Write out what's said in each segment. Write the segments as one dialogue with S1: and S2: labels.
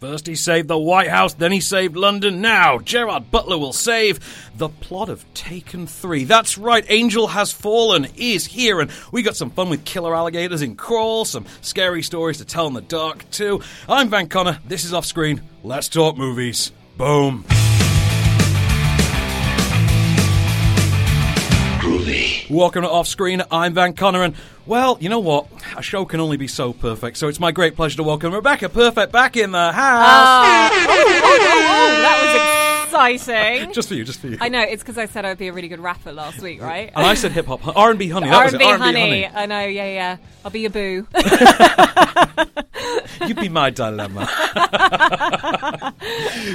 S1: First he saved the White House, then he saved London. Now, Gerard Butler will save the plot of Taken 3. That's right, Angel Has Fallen is here, and we got some fun with killer alligators in Crawl, some scary stories to tell in the dark, too. I'm Van Connor, this is Off Screen. Let's talk movies. Boom. Welcome to Off Screen. I'm Van Connor, and well, you know what? A show can only be so perfect. So it's my great pleasure to welcome Rebecca Perfect back in the house.
S2: Oh, that was exciting.
S1: Just for you, just for you.
S2: Oh. I know it's because I said I'd be a really good rapper last week, right?
S1: And I said hip hop, R and B, honey. That
S2: R
S1: was
S2: and
S1: it.
S2: B,
S1: R&B,
S2: honey. I know. Yeah, yeah. I'll be your boo.
S1: You'd be my dilemma.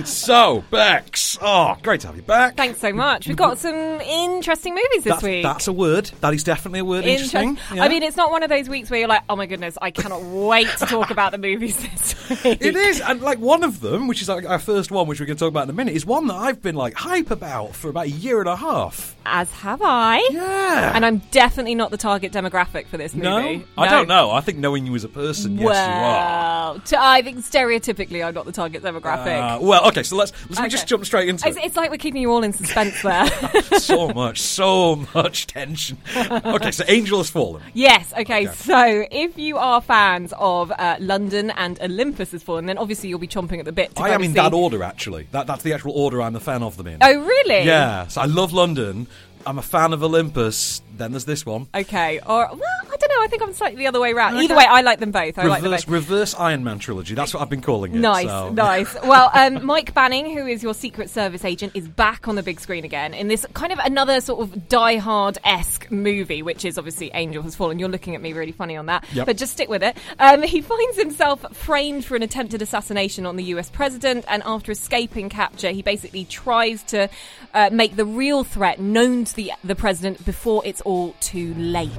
S1: so, Bex, oh, great to have you back.
S2: Thanks so much. We've got some interesting movies this
S1: that's,
S2: week.
S1: that's a word. That is definitely a word.
S2: Interest-
S1: Interesting. Yeah.
S2: I mean, it's not one of those weeks where you're like, oh my goodness, I cannot wait to talk about the movies this week.
S1: It is, and like one of them, which is like our first one, which we're going to talk about in a minute, is one that I've been like hype about for about a year and a half.
S2: As have I.
S1: Yeah.
S2: And I'm definitely not the target demographic for this movie.
S1: no, I don't know. I think knowing you as a person, yes, you are.
S2: well, t- I think stereotypically I'm not the target demographic.
S1: Uh, well, okay, so let's let's we
S2: Okay.
S1: just jump straight into
S2: It's,
S1: it.
S2: it's like we're keeping you all in suspense there.
S1: so much, so much tension. Okay, so Angel has fallen.
S2: yes, okay, so if you are fans of uh, London and Olympus has fallen, then obviously you'll be chomping at the bit to
S1: I
S2: go
S1: am
S2: and
S1: in
S2: see-
S1: that order, actually. That that's the actual order I'm a fan of them in.
S2: Oh, really?
S1: Yeah, so I love London. I'm a fan of Olympus. Then there's this one.
S2: Okay, or, well, I don't know, I think I'm slightly the other way around. Either
S1: Okay.
S2: way, I like them both. I like them both.
S1: Reverse, reverse Iron Man trilogy. That's what I've been calling it.
S2: Nice,
S1: so.
S2: nice. Well, um, Mike Banning, who is your Secret Service agent, is back on the big screen again in this kind of another sort of Die Hard esque movie, which is obviously Angel Has Fallen. You're looking at me really funny on that,
S1: Yep.
S2: but just stick with it. Um, he finds himself framed for an attempted assassination on the US president, and after escaping capture, he basically tries to uh, make the real threat known to the, the president before it's all too late.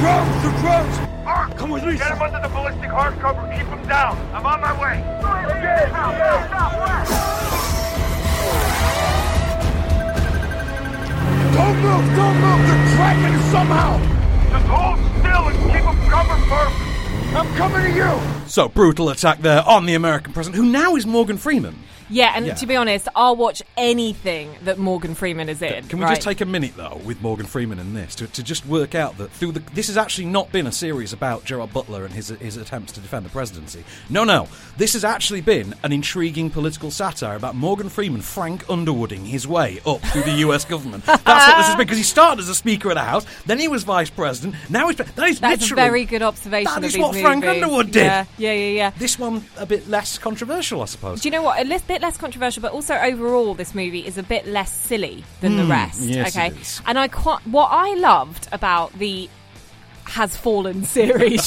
S3: Drones! The drones! come with me! Get him under the ballistic hardcover. Keep him down. I'm on my way. Don't move! Don't move! They're tracking us somehow. Just hold still and keep them covered, Murph. I'm coming to you.
S1: So brutal attack there on the American president, who now is Morgan Freeman.
S2: Yeah, and
S1: Yeah.
S2: to be honest, I'll watch anything that Morgan Freeman is in.
S1: Can we
S2: right?
S1: just take a minute though with Morgan Freeman in this to, to just work out that through the this has actually not been a series about Gerard Butler and his his attempts to defend the presidency. No, no, this has actually been an intriguing political satire about Morgan Freeman Frank Underwooding his way up through the U.S. government. That's what this has been because he started as a Speaker of the House, then he was Vice President, now he's pre- that is
S2: That's
S1: literally
S2: a very good observation.
S1: That
S2: of
S1: is
S2: these
S1: what Frank
S2: movies.
S1: Underwood did.
S2: Yeah, yeah, yeah. yeah.
S1: This one a bit less controversial, I suppose.
S2: Do you know what? A lis- bit less controversial, but also overall, this movie is a bit less silly than the rest.
S1: Hmm. yes,
S2: okay,
S1: it is.
S2: and I quite what I loved about the has fallen series,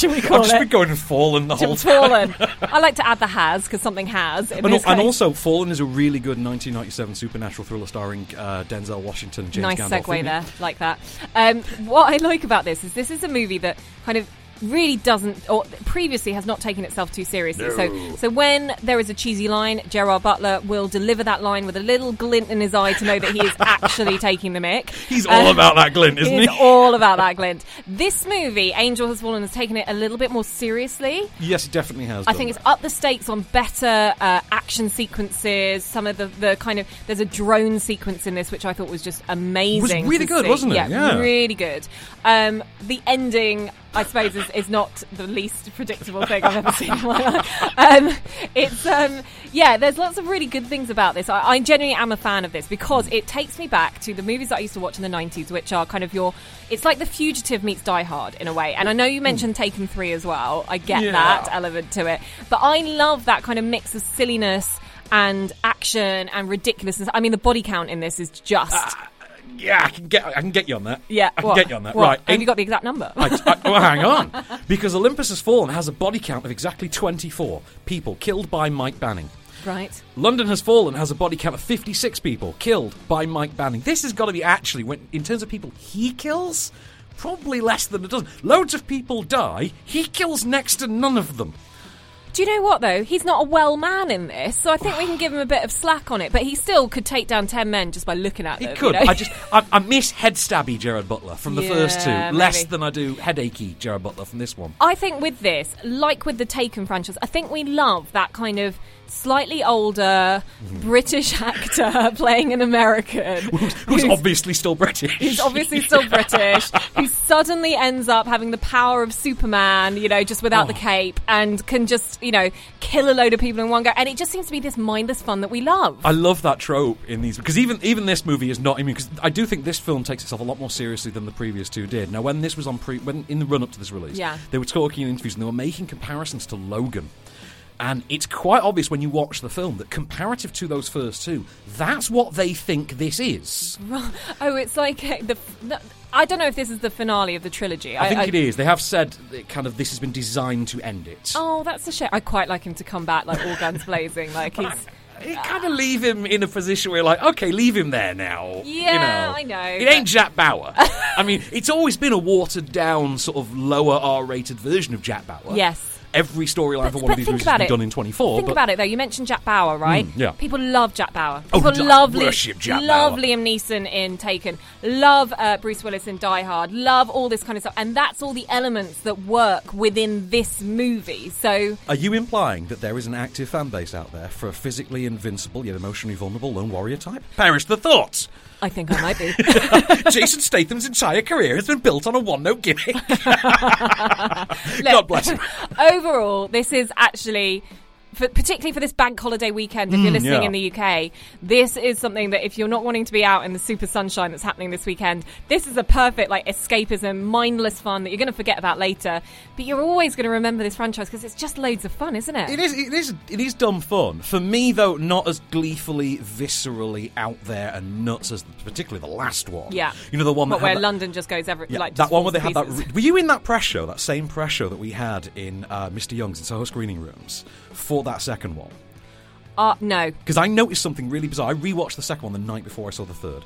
S2: should we
S1: I've
S2: call
S1: just been
S2: it?
S1: going fallen the whole
S2: Has
S1: time.
S2: fallen. I like to add the has because something has. In
S1: And,
S2: this
S1: al- and
S2: case.
S1: also, Fallen is a really good 1997 supernatural thriller starring uh, Denzel Washington, James
S2: nice
S1: Gandolf.
S2: segue
S1: isn't it?
S2: there, like that. Um, what I like about this is this is a movie that kind of really doesn't, or previously has not taken itself too seriously. So, so when there is a cheesy line, Gerard Butler will deliver that line with a little glint in his eye to know that he is actually taking the mick.
S1: He's all
S2: Uh,
S1: about that glint, isn't he?
S2: It's all about that glint. This movie, Angel Has Fallen, has taken it a little bit more seriously.
S1: yes, he definitely has.
S2: I
S1: done
S2: think
S1: that.
S2: it's up the stakes on better uh, action sequences. Some of the, the kind of there's a drone sequence in this which I thought was just amazing.
S1: Was really
S2: to
S1: good,
S2: see.
S1: wasn't it?
S2: Yeah,
S1: Yeah.
S2: really good. Um, the ending, I suppose, is, is not the least predictable thing I've ever seen in my life. Um, it's um, yeah, there's lots of really good things about this. I, I genuinely am a fan of this because it takes me back to the movies that I used to watch in the '90s, which are kind of your. It's like The Fugitive meets Die Hard in a way, and I know you mentioned Taken Three as well. I get
S1: Yeah.
S2: that element to it. But I love that kind of mix of silliness and action and ridiculousness. I mean, the body count in this is just
S1: Uh, yeah, I can get, I can get you on that.
S2: yeah.
S1: Ah, I can
S2: what?
S1: get you on that.
S2: What?
S1: Right,
S2: Have
S1: Ang-
S2: you got the exact number?
S1: I, I- well, hang on, because Olympus Has Fallen has a body count of exactly 24 people killed by Mike Banning.
S2: right.
S1: London Has Fallen has a body count of 56 people killed by Mike Banning. This has got to be actually, when, in terms of people he kills, probably less than a dozen. Loads of people die. He kills next to none of them.
S2: Do you know what though? He's not a well man in this, so I think we can give him a bit of slack on it. But he still could take down ten men just by looking at
S1: He
S2: them.
S1: could.
S2: Uh, you know?
S1: I just I, I miss head stabby Gerard Butler from the first two
S2: Yeah,
S1: less
S2: maybe.
S1: than I do headachy Gerard Butler from this one.
S2: I think with this, like with the Taken franchise, I think we love that kind of slightly older British actor playing an American
S1: Mm-hmm. Who's obviously still British.
S2: who's obviously still British, who suddenly ends up having the power of Superman, you know,
S1: Oh.
S2: just without the cape, and can just, you know, kill a load of people in one go. And it just seems to be this mindless fun that we love.
S1: I love that trope in these because even even this movie is not immune because I do think this film takes itself a lot more seriously than the previous two did. Now, when this was on pre, when in the run up to this release,
S2: Yeah.
S1: they were talking in interviews and they were making comparisons to Logan, and it's quite obvious when you watch the film that comparative to those first two, that's what they think this is.
S2: oh, it's like uh, the. f- the I don't know if this is the finale of the trilogy.
S1: I think it is. They have said that kind of this has been designed to end it.
S2: Oh, that's a shame. I quite like him to come back like all guns blazing. Like he's.
S1: It kind of leave him in a position where, you're like, okay, leave him there now.
S2: Yeah,
S1: you know.
S2: I know,
S1: It ain't Jack Bauer. I mean, it's always been a watered down, sort of lower R-rated version of Jack Bauer.
S2: Yes.
S1: Every storyline for one
S2: But- but
S1: of these
S2: think
S1: movies has
S2: about
S1: been
S2: it.
S1: done in 24.
S2: Think
S1: but Hmm,
S2: about it though. You mentioned Jack Bauer, right?
S1: yeah.
S2: People love Jack Bauer.
S1: Oh,
S2: People
S1: Jack-
S2: love Lee-
S1: worship Jack
S2: love
S1: Bauer.
S2: Liam Neeson in Taken. Love uh, Bruce Willis in Die Hard. Love all this kind of stuff, and that's all the elements that work within this movie. So
S1: Are you implying that there is an active fan base out there for a physically invincible yet emotionally vulnerable lone warrior type? Perish the thought!
S2: I think I might be.
S1: Jason Statham's entire career has been built on a one-note gimmick. God bless him.
S2: overall, this is actually. For, particularly for this bank holiday weekend, if you're listening
S1: Mm, yeah.
S2: in the UK, this is something that if you're not wanting to be out in the super sunshine that's happening this weekend, this is a perfect like escapism, mindless fun that you're going to forget about later. But you're always going to remember this franchise because it's just loads of fun, isn't it?
S1: It is. It is. It is dumb fun for me, though. Not as gleefully, viscerally out there and nuts as particularly the last one.
S2: Yeah.
S1: you know the one
S2: But
S1: that had
S2: where
S1: that-
S2: London just goes every
S1: Yeah,
S2: like
S1: that
S2: just
S1: one where
S2: falls
S1: they
S2: to
S1: had that.
S2: pieces.
S1: Re- were you in that press show? That same press show that we had in uh, Mr. Young's in Soho screening rooms for that second one.
S2: Uh, no,
S1: Because I noticed something really bizarre. I rewatched the second one the night before I saw the third.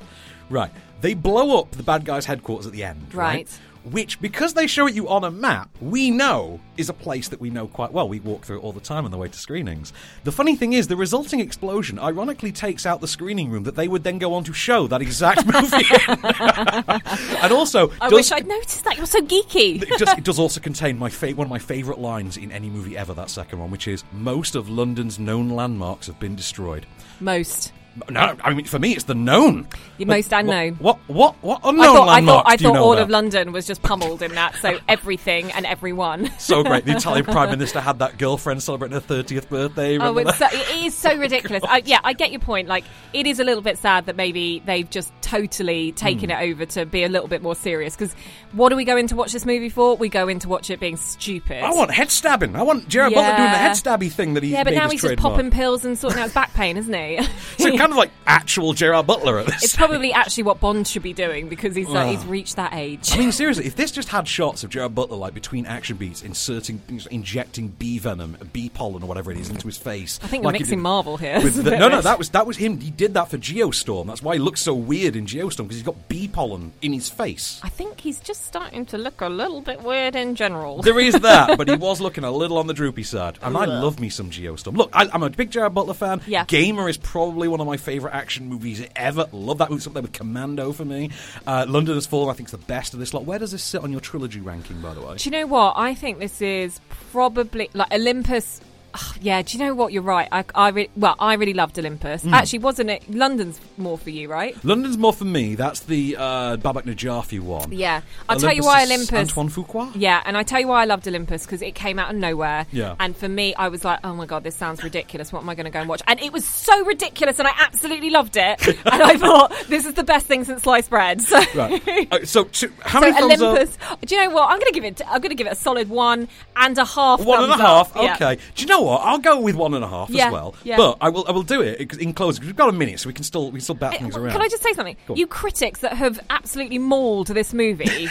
S1: Right. They blow up the bad guy's headquarters at the end. Right.
S2: Right.
S1: Which, because they show it you on a map, we know is a place that we know quite well. We walk through it all the time on the way to screenings. The funny thing is, the resulting explosion ironically takes out the screening room that they would then go on to show that exact movie. in. and also,
S2: I
S1: does-
S2: wish I'd noticed that. You're so geeky.
S1: it does, it does also contain my fa- one of my favourite lines in any movie ever. That second one, which is most of London's known landmarks have been destroyed.
S2: Most.
S1: No, I mean for me, it's the known.
S2: The most
S1: Like,
S2: unknown.
S1: What what what, what
S2: I
S1: unknown
S2: thought, I thought,
S1: landmark
S2: I
S1: do you
S2: thought
S1: know
S2: all
S1: about?
S2: of London was just pummeled in that, so everything and everyone.
S1: So great! The Italian Prime Minister had that girlfriend celebrating her thirtieth birthday.
S2: Oh,
S1: remember
S2: it's so,
S1: that?
S2: it is
S1: Oh,
S2: so ridiculous. I, yeah, I get your point. Like, it is a little bit sad that maybe they've just totally taken
S1: Hmm.
S2: it over to be a little bit more serious. Because what do we go in to watch this movie for? We go in to watch it being stupid.
S1: I want head stabbing. I want Gerard Butler doing the
S2: Yeah.
S1: head stabby thing that he
S2: yeah, but
S1: made
S2: now
S1: his
S2: he's just
S1: trademark.
S2: popping pills and sorting out his back pain, isn't he?
S1: So kind of like actual Gerard Butler at this.
S2: it's probably actually what Bond should be doing because he's like, he's reached that age.
S1: I mean, seriously, if this just had shots of Gerard Butler, like between action beats, inserting, injecting bee venom, bee pollen, or whatever it is, into his face.
S2: I think
S1: like
S2: you're
S1: he
S2: mixing
S1: did
S2: Marvel here.
S1: with
S2: It's a
S1: the-
S2: bit
S1: no, no,
S2: rich.
S1: that was that was him. He did that for Geostorm. That's why he looks so weird in Geostorm because he's got bee pollen in his face.
S2: I think he's just starting to look a little bit weird in general.
S1: There is that, but he was looking a little on the droopy side. And I love me some Geostorm. Look, I, I'm a big Gerard Butler fan.
S2: Yeah.
S1: Gamer is probably one of my favourite action movies ever. Love that movie. It's up there with Commando for me. Uh, London Has Fallen, I think, is the best of this lot. Where does this sit on your trilogy ranking, by the way?
S2: Do you know what? I think this is probably like Olympus. Ugh, yeah, do you know what? You're right. I, I re- well, I really loved Olympus.
S1: Mm.
S2: Actually, wasn't it? London's more for you, right?
S1: London's more for me. That's the uh, Babak Najafi one.
S2: Yeah. I'll tell you why
S1: is
S2: Olympus-
S1: Antoine Fuqua.
S2: Yeah, and I tell you why I loved Olympus because it came out of nowhere.
S1: Yeah.
S2: And for me, I was like, oh my god, this sounds ridiculous. What am I going to go and watch? And it was so ridiculous, and I absolutely loved it. and I thought this is the best thing since sliced bread. So.
S1: Right. Uh, so, to, how
S2: So
S1: many thumbs
S2: Olympus, do you know what? I'm going to give it. I'm going to give it a solid one and a half.
S1: up? One and a
S2: thumbs up.
S1: half. Okay. Do you know what? I'll go with one and a half
S2: Yeah,
S1: as well.
S2: yeah.
S1: But I will. I will do it in closing. 'cause We've got a minute, so we can still we can still bat things around.
S2: Eh, Can I just say something?
S1: Go on.
S2: You critics that have absolutely mauled this movie,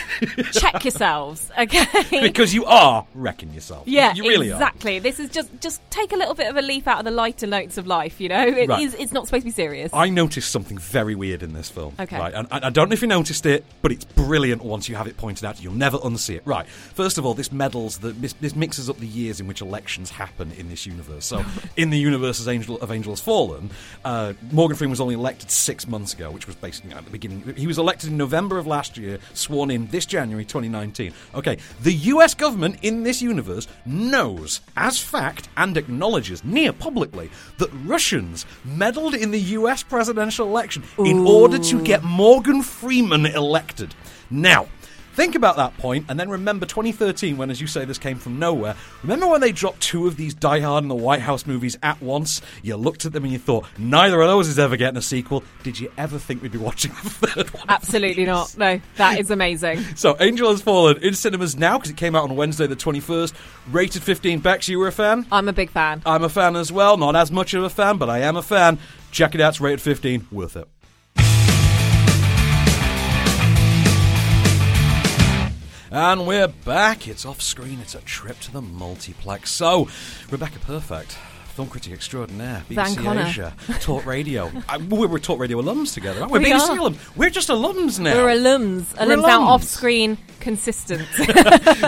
S2: check yourselves, okay?
S1: Because you are wrecking yourself.
S2: yeah,
S1: you really
S2: exactly. This is just just take a little bit of a leaf out of the lighter notes of life. You know, It
S1: Right.
S2: is- It's not supposed to be serious.
S1: are. I noticed something very weird in this film.
S2: Okay.
S1: Right, and I, I don't know if you noticed it, but it's brilliant once you have it pointed out. You'll never unsee it. Right. First of all, this medals the this, this mixes up the years in which elections happen in in this universe. So, in the universe as Angel of Angel Has Fallen, uh, Morgan Freeman was only elected six months ago, which was basically at the beginning. He was elected in November of last year, sworn in this January 2019. Okay, the U.S. government in this universe knows as fact and acknowledges near publicly that Russians meddled in the U.S. presidential election in order to get Morgan Freeman elected. Now. Think about that point, and then remember 2013 when, as you say, this came from nowhere. Remember when they dropped two of these Die Hard and the White House movies at once? You looked at them and you thought, neither of those is ever getting a sequel. Did you ever think we'd be watching a third one?
S2: Absolutely not. No, that is amazing.
S1: So, Angel Has Fallen in cinemas now because it came out on Wednesday the 21st. Rated 15. Bex, you were a fan?
S2: I'm a big fan.
S1: I'm a fan as well. Not as much of a fan, but I am a fan. Check it out. It's rated 15. Worth it. And we're back. It's off screen. It's a trip to the multiplex. So, Rebecca Perfect, film critic extraordinaire, BBC
S2: Thank Connor.
S1: Asia, Talk Radio. I, we were Talk Radio alums together, aren't we?
S2: We
S1: BBC
S2: are.
S1: alums. We're just alums now.
S2: We're alums.
S1: We're
S2: Alums now
S1: alums.
S2: off screen, consistent.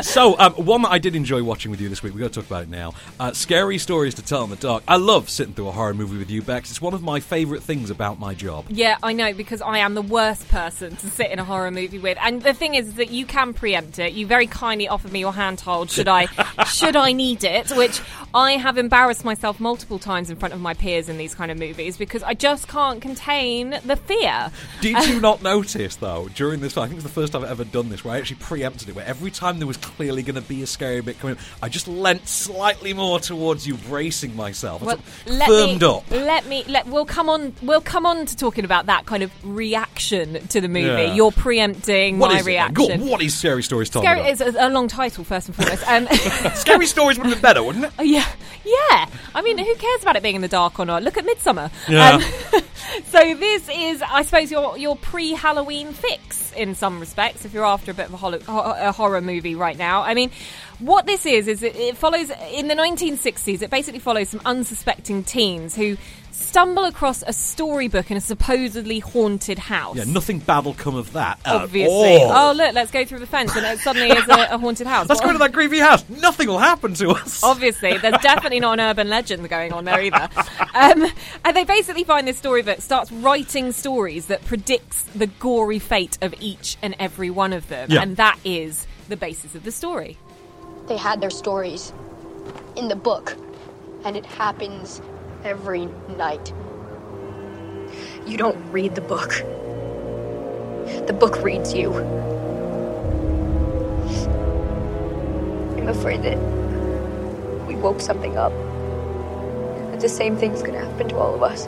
S1: so um, one that I did enjoy watching with you this week. We got to talk about it now. Uh, scary stories to tell in the dark. I love sitting through a horror movie with you, Bex. It's one of my favourite things about my job.
S2: yeah, I know, because I am the worst person to sit in a horror movie with. And the thing is that you can preempt it. You very kindly offered me your handhold should I should I need it, which I have embarrassed myself multiple times in front of my peers in these kind of movies because I just can't contain the fear.
S1: Did you not notice though during this? I think it was the first time I've ever done this where I actually preempted it. Where every time there was clearly going to be a scary bit coming, I just leant slightly more towards you, bracing myself. I
S2: Well,
S1: sort of
S2: let
S1: firmed
S2: me,
S1: up.
S2: Let me. Let, we'll come on. We'll come on to talking about that kind of reaction to the movie.
S1: Yeah.
S2: You're preempting
S1: What
S2: my
S1: is it? then?
S2: reaction.
S1: Go on, what is scary stories told?
S2: Scary is a, a long title, first and foremost. Um,
S1: scary stories would have been better, wouldn't it?
S2: Oh, yeah, yeah. I mean, who cares about it being in the dark or not? Look at Midsummer. Um,
S1: Yeah.
S2: so this is, I suppose, your your pre-Halloween fix in some respects. If you're after a bit of a, holo- ho- a horror movie right now, I mean, what this is is it, it follows in the 1960s. It basically follows some unsuspecting teens who stumble across a storybook in a supposedly haunted house
S1: Yeah, nothing bad will come of that. at
S2: obviously.
S1: all.
S2: Oh, look, let's go through the fence, and it suddenly is a, a haunted house.
S1: Let's go
S2: Well,
S1: to that creepy house. Nothing will happen to us.
S2: Obviously, there's definitely not an urban legend going on there either. Um, and they basically find this story that starts writing stories that predicts the gory fate of each and every one of them,
S1: Yeah.
S2: and that is the basis of the story.
S4: They had their stories in the book, and it happens every night. You don't read the book, the book reads you. I'm afraid that we woke something up, that the same thing's gonna happen to all of us.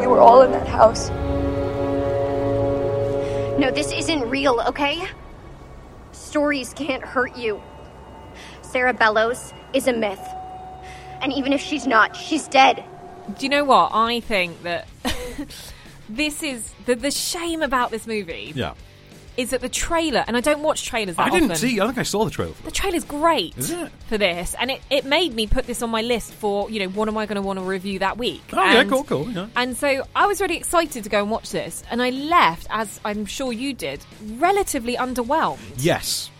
S4: We were all in that house.
S5: No, this isn't real, okay? Stories can't hurt you. Sarah Bellows is a myth. And even if she's not, she's dead.
S2: Do you know what? I think that this is the, the shame about this movie
S1: Yeah.
S2: is that the trailer, and I don't watch trailers that
S1: I didn't
S2: often.
S1: see. I don't think I saw the trailer. For
S2: the trailer's great
S1: Is it?
S2: for this, and it, it made me put this on my list for you know what am I going to want to review that week.
S1: Oh, yeah,
S2: And-
S1: cool, cool, yeah.
S2: And so I was really excited to go and watch this, and I left as I'm sure you did, relatively underwhelmed.
S1: Yes,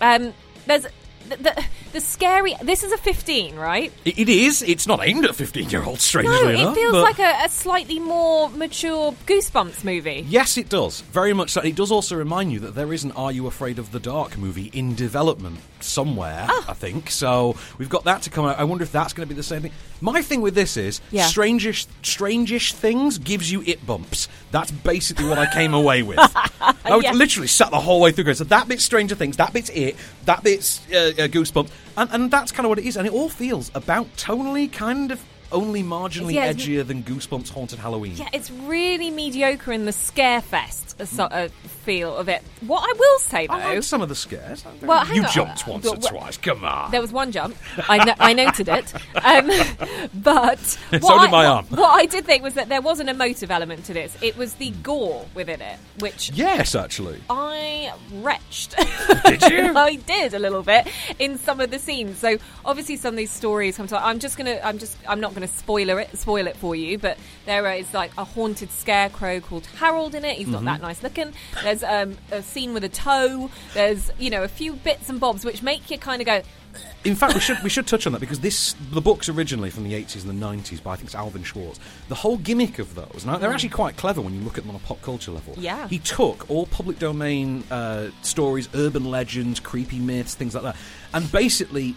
S2: Um, there's the, the the scary. This is a 15, right?
S1: it, it is. It's not aimed at fifteen-year-olds, strangely
S2: no,
S1: enough.
S2: it feels
S1: but-
S2: like a, a slightly more mature Goosebumps movie.
S1: Yes, it does. Very much so. It does also remind you that there is an Are You Afraid of the Dark movie in development somewhere,
S2: Oh.
S1: I think. So we've got that to come out. I wonder if that's going to be the same thing. My thing with this is
S2: Yeah.
S1: strangish, strangish things gives you it bumps. That's basically what I came away with. I was
S2: Yes.
S1: literally sat the whole way through going, so that bit's Stranger Things, that bit's it, that bit's uh, uh, Goosebumps. And, and that's kind of what it is. And it all feels about tonally kind of only marginally
S2: Yeah, it's-
S1: edgier than Goosebumps Haunted Halloween.
S2: Yeah, it's really mediocre in the scare fest uh, so, uh, feel of it. What I will say though,
S1: I liked some of the scares.
S2: Well, hang
S1: you
S2: on.
S1: jumped once
S2: Well,
S1: or
S2: well-
S1: twice. Come on.
S2: There was one jump. I, no- I noted it. Um, but what
S1: So did my
S2: I, what-
S1: arm.
S2: What, I did think was that there was an emotive element to this. It was the gore within it, which
S1: yes, actually.
S2: I retched.
S1: Did you?
S2: I did a little bit in some of the scenes. So obviously, some of these stories come to. I'm just gonna. I'm just. I'm not going to spoiler it, spoil it for you. But there is like a haunted scarecrow called Harold in it. He's not
S1: Mm-hmm.
S2: that nice looking. There's um, a scene with a toe. There's you know a few bits and bobs which make you kind of go.
S1: In fact, we should we should touch on that because this the books originally from the eighties and the nineties, but I think it's Alvin Schwartz. The whole gimmick of those, and they're actually quite clever when you look at them on a pop culture level.
S2: Yeah.
S1: he took all public domain uh, stories, urban legends, creepy myths, things like that, and basically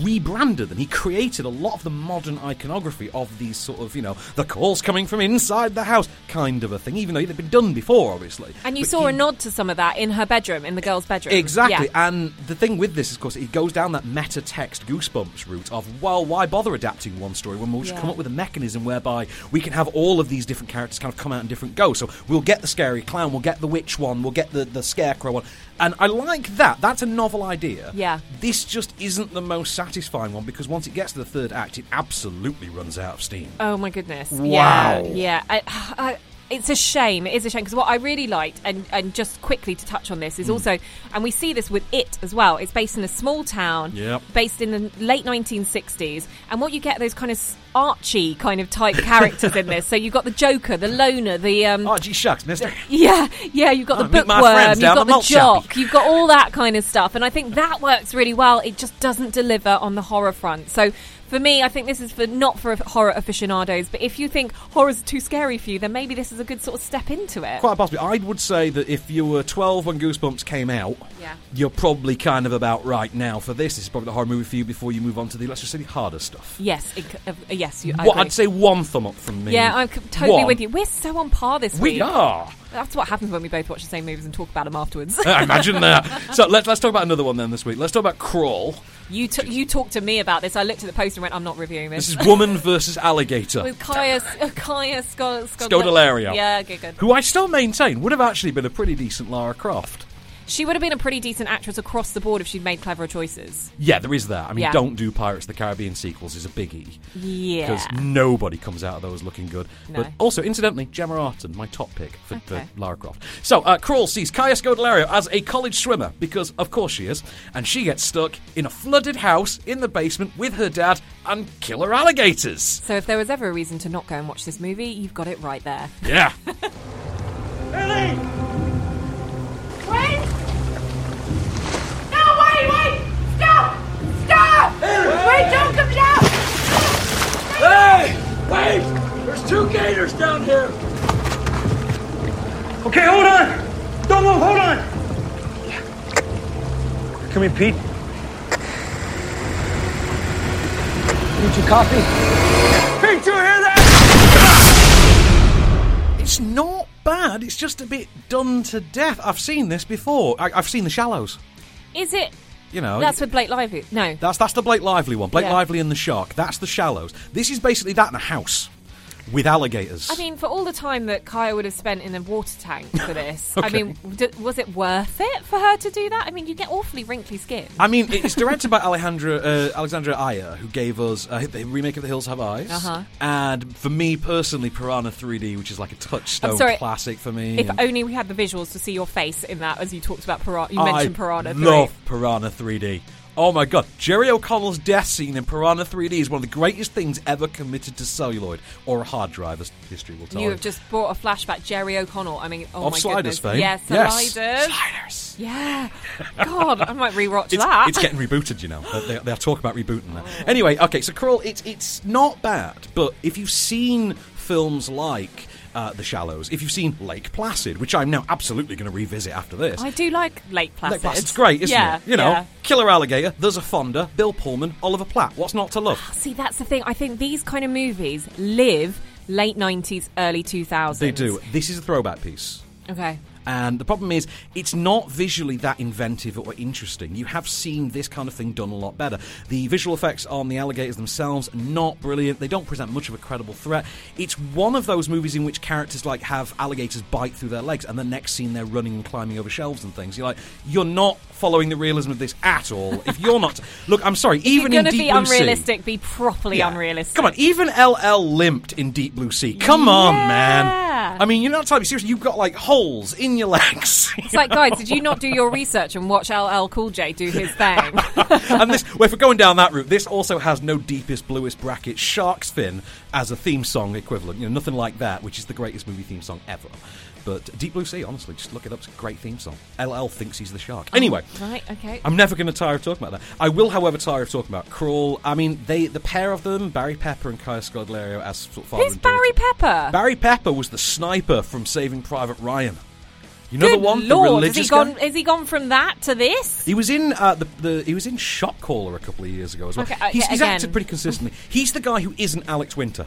S1: rebranded them. He created a lot of the modern iconography of these sort of you know the calls coming from inside the house kind of a thing, even though they've been done before, obviously.
S2: And you
S1: But
S2: saw
S1: he-
S2: a nod to some of that in her bedroom, in the girl's bedroom.
S1: Exactly.
S2: Yeah.
S1: And the thing with this, of course, it goes down that meta text goosebumps route of, well, why bother adapting one story when we'll just
S2: Yeah.
S1: come up with a mechanism whereby we can have all of these different characters kind of come out and different go. So we'll get the scary clown, we'll get the witch one, we'll get the, the scarecrow one. And I like that. That's a novel idea.
S2: Yeah.
S1: This just isn't the most satisfying one because once it gets to the third act, it absolutely runs out of steam.
S2: Oh my goodness!
S1: Wow.
S2: Yeah, yeah. I, I, it's a shame. It is a shame because what I really liked, and and just quickly to touch on this,
S1: Hmm.
S2: is also, and we see this with it as well. It's based in a small town,
S1: Yep.
S2: based in the late 1960s, and what you get are those kind of s- Archie kind of type characters in this. So you've got the Joker, the loner, the um,
S1: Oh, gee, shucks, mister.
S2: yeah, yeah. You've got
S1: Oh,
S2: the
S1: meet my
S2: bookworm,
S1: friends
S2: you've
S1: down
S2: got
S1: the
S2: the
S1: malt shop.
S2: jock, you've got all that kind of stuff, and I think that works really well. It just doesn't deliver on the horror front. So for me, I think this is for not for horror aficionados, but if you think horror's too scary for you, then maybe this is a good sort of step into it.
S1: Quite possibly. I would say that if you were 12 when Goosebumps came out,
S2: Yeah.
S1: you're probably kind of about right now for this. This is probably the horror movie for you before you move on to the, let's just say, the harder stuff.
S2: Yes, it, c- uh, yes, you. I
S1: What,
S2: agree.
S1: I'd say one thumb up from me.
S2: Yeah, I'm c- totally
S1: One.
S2: with you. We're so on par this
S1: We
S2: week.
S1: are.
S2: That's what happens when we both watch the same movies and talk about them afterwards.
S1: I imagine that. So let's, let's talk about another one then this week. Let's talk about Crawl.
S2: you t- you talked to me about this. I looked at the poster and went, "I'm not reviewing
S1: This
S2: this."
S1: is Woman versus Alligator,
S2: With Kaya, uh, Kaya Scott,
S1: Scodelario.
S2: Yeah, okay, good.
S1: who I still maintain would have actually been a pretty decent Lara Croft.
S2: She would have been a pretty decent actress across the board if she'd made cleverer choices.
S1: Yeah, there is that. I mean,
S2: Yeah.
S1: don't do Pirates of the Caribbean sequels is a biggie.
S2: Yeah.
S1: Because nobody comes out of those looking good.
S2: No.
S1: But also, incidentally, Gemma Arton, my top pick for,
S2: Okay.
S1: for Lara Croft. So, uh, Crawl sees Kaya Scodelario as a college swimmer, because of course she is, and she gets stuck in a flooded house in the basement with her dad and killer alligators.
S2: So if there was ever a reason to not go and watch this movie, you've got it right there.
S1: Yeah.
S3: Ellie!
S6: Wait! No, wait, wait! Stop! Stop! Wait, don't come down!
S3: Hey! Wait! There's two gators down here! Okay, hold on! Don't move, hold on! Come here, Pete. Need your coffee? Pete, you hear that?
S1: it's not bad, it's just a bit done to death. I've seen this before. I- I've seen The Shallows.
S2: Is it?
S1: You know,
S2: That's with Blake Lively. No.
S1: That's that's the Blake Lively one. Blake
S2: Yeah.
S1: Lively and the shark. That's the shallows. This is basically that in a house with alligators.
S2: I mean, for all the time that Kaya would have spent in a water tank for this, I
S1: Okay.
S2: mean, d- was it worth it for her to do that? I mean, you get awfully wrinkly skin.
S1: I mean, it's directed by Alejandra uh, Alexandra Aya, who gave us uh, the remake of The Hills Have Eyes,
S2: Uh-huh.
S1: and for me personally, Piranha 3D, which is like a touchstone
S2: I'm sorry,
S1: classic for me.
S2: If
S1: and
S2: only we had the visuals to see your face in that, as you talked about Piranha. You
S1: I
S2: mentioned Piranha. three.
S1: Love Piranha 3D. Oh my god, Jerry O'Connell's death scene in Piranha 3D is one of the greatest things ever committed to celluloid or a hard drive, as history will tell
S2: You have just brought a flashback, Jerry O'Connell. I mean, oh
S1: of
S2: my
S1: Sliders
S2: goodness.
S1: fame.
S2: Yes,
S1: yes,
S2: Sliders.
S1: Sliders.
S2: Yeah. God, I might rewatch
S1: it's,
S2: that. Oh.
S1: it's getting rebooted, you know. They- They, they're talking about rebooting that. Anyway, okay, so Crawl, it's it's not bad, but if you've seen films like uh, The Shallows, if you've seen Lake Placid, which I'm now absolutely going to revisit after this.
S2: I do like Lake Placid.
S1: Lake Placid's great, isn't
S2: yeah,
S1: it? You know,
S2: yeah.
S1: Killer Alligator, There's a Fonda, Bill Pullman, Oliver Platt. What's not to love?
S2: See, that's the thing. I think these kind of movies live late 90s, early 2000s.
S1: They do. This is a throwback piece.
S2: Okay.
S1: And the problem is, it's not visually that inventive or interesting. You have seen this kind of thing done a lot better. The visual effects on the alligators themselves are not brilliant. They don't present much of a credible threat. It's one of those movies in which characters like have alligators bite through their legs, and the next scene they're running and climbing over shelves and things. You're like, you're not following the realism of this at all. If you're not, look, I'm sorry. Even
S2: You're
S1: in
S2: going to
S1: Deep
S2: be
S1: Blue Sea-
S2: unrealistic, be properly
S1: Yeah.
S2: unrealistic.
S1: Come on, even LL limped in Deep Blue Sea. Come on, man.
S2: Yeah.
S1: I mean, you're not telling me seriously. You've got like holes in your legs.
S2: It's like, guys, did you not do your research and watch LL Cool J do his thing?
S1: and this, well, if we're going down that route, this also has no deepest, bluest bracket shark's fin as a theme song equivalent. You know, nothing like that, which is the greatest movie theme song ever. But Deep Blue Sea, honestly, just look it up. It's a great theme song. LL thinks he's the shark. Anyway,
S2: Oh, right, okay.
S1: I'm never going to tire of talking about that. I will, however, tire of talking about Crawl. I mean, they the pair of them, Barry Pepper and Kaya Scodelario, as f- father
S2: Who's
S1: and daughter.
S2: Barry Pepper?
S1: Barry Pepper was the sniper from Saving Private Ryan. You know the
S2: Good
S1: one, the
S2: Lord, has
S1: religious
S2: he gone?
S1: guy?
S2: Has he gone from that to this?
S1: He was in uh, the, the he was in Shot Caller a couple of years ago as well.
S2: Okay, uh,
S1: he's
S2: yeah,
S1: he's
S2: again.
S1: acted pretty consistently. He's the guy who isn't Alex Winter.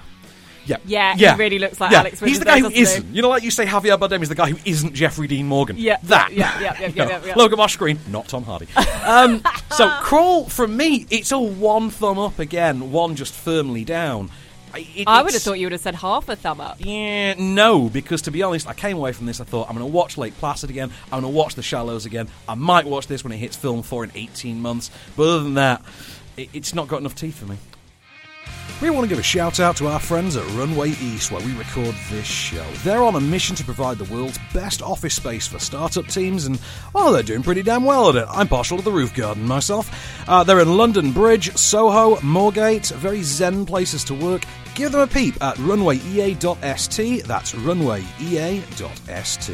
S1: Yeah,
S2: Yeah, he really looks like
S1: Yeah,
S2: Alex
S1: He's
S2: Winter
S1: the guy
S2: does,
S1: who
S2: doesn't he?
S1: isn't. You know, like you say, Javier Bardem is the guy who isn't Jeffrey Dean Morgan.
S2: Yeah,
S1: that.
S2: yeah, yeah, yeah, yeah, yeah, yeah.
S1: Logan Marsh Green, not Tom Hardy. Um, so crawl from me. It's a one thumb up again, one just firmly down. I- it-
S2: I would have
S1: it's-
S2: thought you would have said half a thumb up.
S1: yeah, no, because to be honest, I came away from this. I thought I'm going to watch Lake Placid again. I'm going to watch The Shallows again. I might watch this when it hits film four in 18 months. But other than that, it, it's not got enough teeth for me. We want to give a shout out to our friends at Runway East, where we record this show. They're on a mission to provide the world's best office space for startup teams, and well, they're doing pretty damn well at it. I'm partial to the roof garden myself. Uh, they're in London Bridge, Soho, Moorgate, very zen places to work. Give them a peep at E runwayea.st. That's E runwayea.st.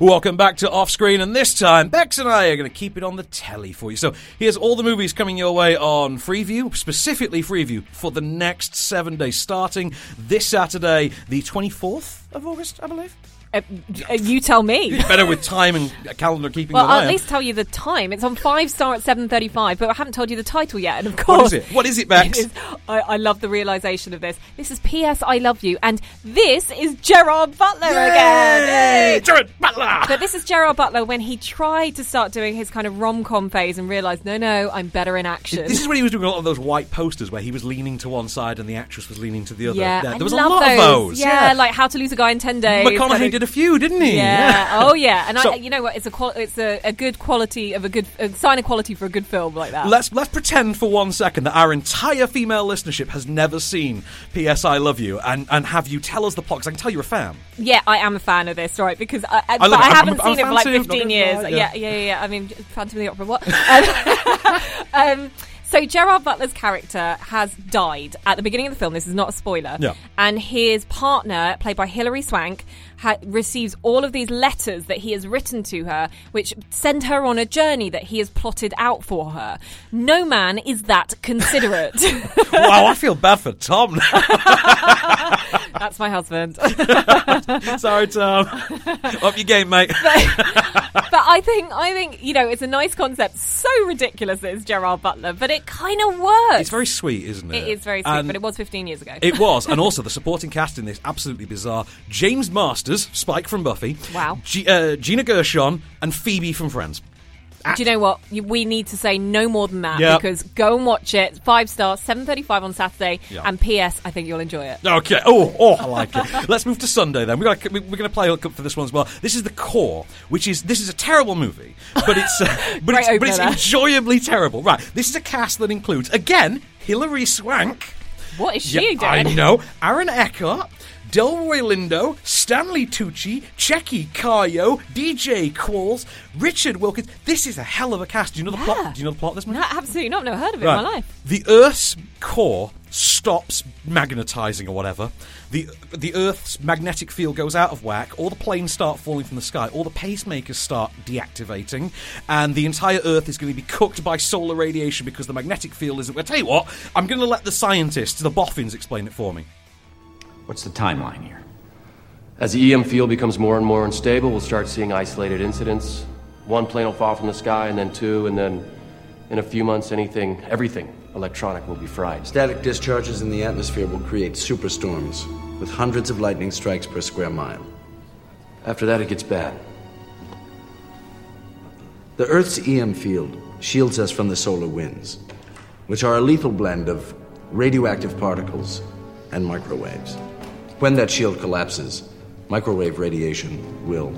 S1: Welcome back to Off Screen, and this time Bex and I are going to keep it on the telly for you. So here's all the movies coming your way on Freeview, specifically Freeview, for the next seven days, starting this Saturday, the 24th of August, I believe.
S2: Uh, uh, you tell me.
S1: Better with time and calendar keeping.
S2: Well,
S1: than I
S2: I'll at
S1: am.
S2: least tell you the time. It's on five star at seven thirty-five, but I haven't told you the title yet. And of course,
S1: What is it? What is it, Bex?
S2: It is- I, I love the realization of this. This is P.S. I love you, and this is Gerard Butler again. Yay!
S1: Hey, Jared Butler!
S2: But this is Gerard Butler when he tried to start doing his kind of rom com phase and realised, no, no, I'm better in action.
S1: This is when he was doing a lot of those white posters where he was leaning to one side and the actress was leaning to the other.
S2: yeah,
S1: there,
S2: I
S1: there was
S2: love
S1: a lot
S2: those.
S1: of those.
S2: Yeah, like How to Lose a Guy in Ten Days.
S1: McConaughey
S2: kind of-
S1: did a few, didn't he?
S2: Yeah. oh, yeah. And
S1: So-
S2: I, you know what? It's a qual- it's a, a good quality of a good a sign of quality for a good film like that.
S1: Let's let's pretend for one second that our entire female listenership has never seen PS I Love You and, and have you tell us the plot 'cause I can tell you're a fan.
S2: yeah, I am a fan of this, right? Because I, I, but
S1: love it.
S2: I
S1: I'm- I'm
S2: haven't
S1: a
S2: seen it
S1: fan
S2: for like
S1: too, not
S2: fifteen
S1: gonna
S2: years.
S1: lie,
S2: yeah.
S1: yeah.
S2: yeah, yeah, yeah. I mean, Phantom of the Opera. What? um, um, so Gerard Butler's character has died at the beginning of the film. This is not a spoiler.
S1: Yeah.
S2: And his partner, played by Hilary Swank, ha- receives all of these letters that he has written to her, which send her on a journey that he has plotted out for her. No man is that considerate.
S1: wow, I feel bad for Tom. now.
S2: That's my husband.
S1: Sorry, Tom. Up your game, mate.
S2: but I think I think you know it's a nice concept. So ridiculous that it's Gerard Butler, but it kind of works.
S1: It's very sweet, isn't it?
S2: It is very sweet,
S1: And
S2: but it was 15 years ago.
S1: It was, and also the supporting cast in this absolutely bizarre: James Masters, Spike from Buffy,
S2: Wow.
S1: G- uh, Gina Gershon, and Phoebe from Friends.
S2: Do you know what? You- We need to say no more than that
S1: Yep.
S2: because go and watch it. Five stars, 7:35 on Saturday.
S1: Yeah.
S2: And P.S. I think you'll enjoy it.
S1: Okay. Oh, oh, I like it. Let's move to Sunday then. We're gonna we- we're gonna play hook up for this one as well. This is the core, which is this is a terrible movie, but it's uh, but, it's, but it's
S2: opener.
S1: enjoyably terrible. Right. This is a cast that includes again Hilary Swank.
S2: What is
S1: Yeah,
S2: she doing?
S1: I know. Aaron Eckhart, Delroy Lindo, Stanley Tucci, Checky Cayo, DJ Qualls, Richard Wilkins. This is a hell of a cast. Do you know the
S2: Yeah.
S1: plot? Do you know the plot of this movie?
S2: No, absolutely not. I've never heard of it in my
S1: Right.
S2: life.
S1: The Earth's core stops magnetizing or whatever. The the Earth's magnetic field goes out of whack. All the planes start falling from the sky. All the pacemakers start deactivating, and the entire Earth is going to be cooked by solar radiation because the magnetic field isn't. I tell you what, I'm going to let the scientists, the boffins, explain it for me.
S7: What's the timeline here? As the EM field becomes more and more unstable, we'll start seeing isolated incidents. One plane will fall from the sky, and then two, and then in a few months, anything, everything electronic will be fried.
S8: Static discharges in the atmosphere will create superstorms with hundreds of lightning strikes per square mile.
S7: After that, it gets bad.
S8: The Earth's EM field shields us from the solar winds, which are a lethal blend of radioactive particles and microwaves. When that shield collapses, microwave radiation will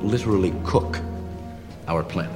S8: literally cook our planet.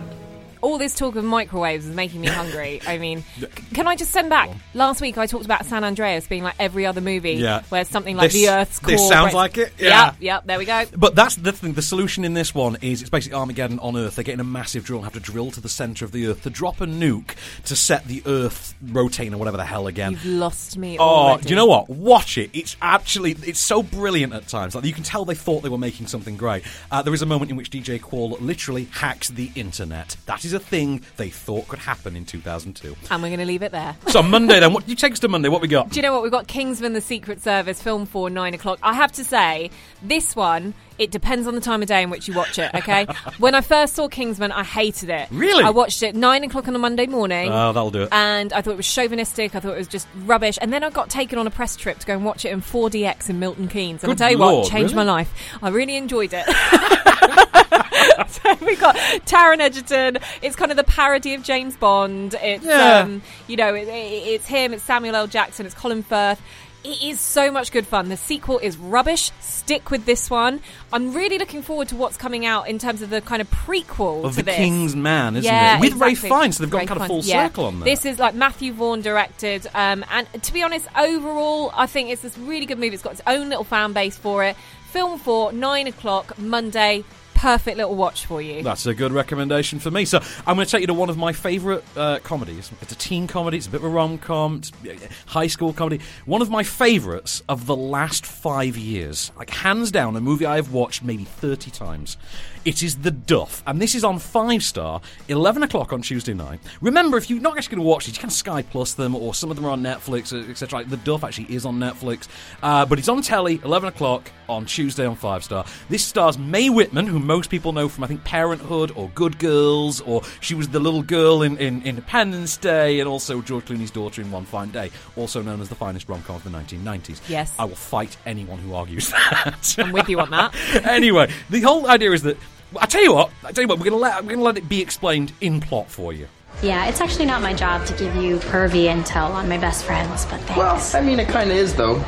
S2: all this talk of microwaves is making me hungry. I mean, c- can I just send back? Last week I talked about San Andreas being like every other movie
S1: Yeah.
S2: where something like
S1: This-
S2: the Earth's core.
S1: this sounds
S2: breaks-
S1: like it, yeah.
S2: Yep, yep, there we go.
S1: But that's the thing. The solution in this one is it's basically Armageddon on Earth. They're getting a massive drill and have to drill to the centre of the Earth to drop a nuke to set the Earth rotating or whatever the hell again.
S2: You've lost me.
S1: Um, Oh,
S2: already.
S1: do you know what? Watch it. It's actually it's so brilliant at times. Like you can tell they thought they were making something great. Uh, there is a moment in which DJ Qual literally hacks the internet. That is a thing they thought could happen in 2002.
S2: And we're going to leave it there.
S1: So Monday then, what you take us to Monday? What we got?
S2: Do you know what? We've got Kingsman, The Secret Service, film for nine o'clock. I have to say, this one, it depends on the time of day in which you watch it, okay? when I first saw Kingsman, I hated it.
S1: Really?
S2: I watched it nine o'clock on a Monday morning.
S1: Oh, that'll do it.
S2: And I thought it was chauvinistic. I thought it was just rubbish. And then I got taken on a press trip to go and watch it in 4DX in Milton Keynes. And
S1: Good
S2: I tell you
S1: lord,
S2: what, changed
S1: really?
S2: my life. I really enjoyed it. so we've got Taron Egerton. It's kind of the parody of James Bond. It's
S1: Yeah.
S2: um, you know, it, it, it's him. It's Samuel L. Jackson. It's Colin Firth. It is so much good fun. The sequel is rubbish. Stick with this one. I'm really looking forward to what's coming out in terms of the kind of prequel
S1: of
S2: to
S1: the
S2: this.
S1: King's Man, isn't
S2: yeah,
S1: it? With Ray
S2: exactly.
S1: Fiennes, so they've got
S2: Ray
S1: kind of full
S2: Fiennes, yeah.
S1: circle on that.
S2: This is like Matthew Vaughn directed, um, and to be honest, overall, I think it's this really good movie. It's got its own little fan base for it. Film for nine o'clock Monday. Perfect little watch for you.
S1: That's a good recommendation for me. So I'm going to take you to one of my favourite uh, comedies. It's a teen comedy. It's a bit of a rom com. It's uh, high school comedy. One of my favourites of the last five years. Like hands down, a movie I have watched maybe 30 times. It is The Duff, and this is on Five Star, 11 o'clock on Tuesday night. Remember, if you're not actually going to watch it, you can Sky Plus them, or some of them are on Netflix, uh, etc. Like, the Duff actually is on Netflix, uh, but it's on telly, 11 o'clock on Tuesday on Five Star. This stars Mae Whitman, who most people know from I think Parenthood or Good Girls, or she was the little girl in, in Independence Day, and also George Clooney's daughter in One Fine Day, also known as the finest rom com of the 1990s.
S2: Yes.
S1: I will fight anyone who argues that.
S2: I'm with you on that.
S1: anyway, the whole idea is that I tell you what, I tell you what, we're gonna let we're gonna let it be explained in plot for you.
S9: Yeah, it's actually not my job to give you pervy intel on my best friends, but thanks.
S10: Well, I mean, it kind of is, though.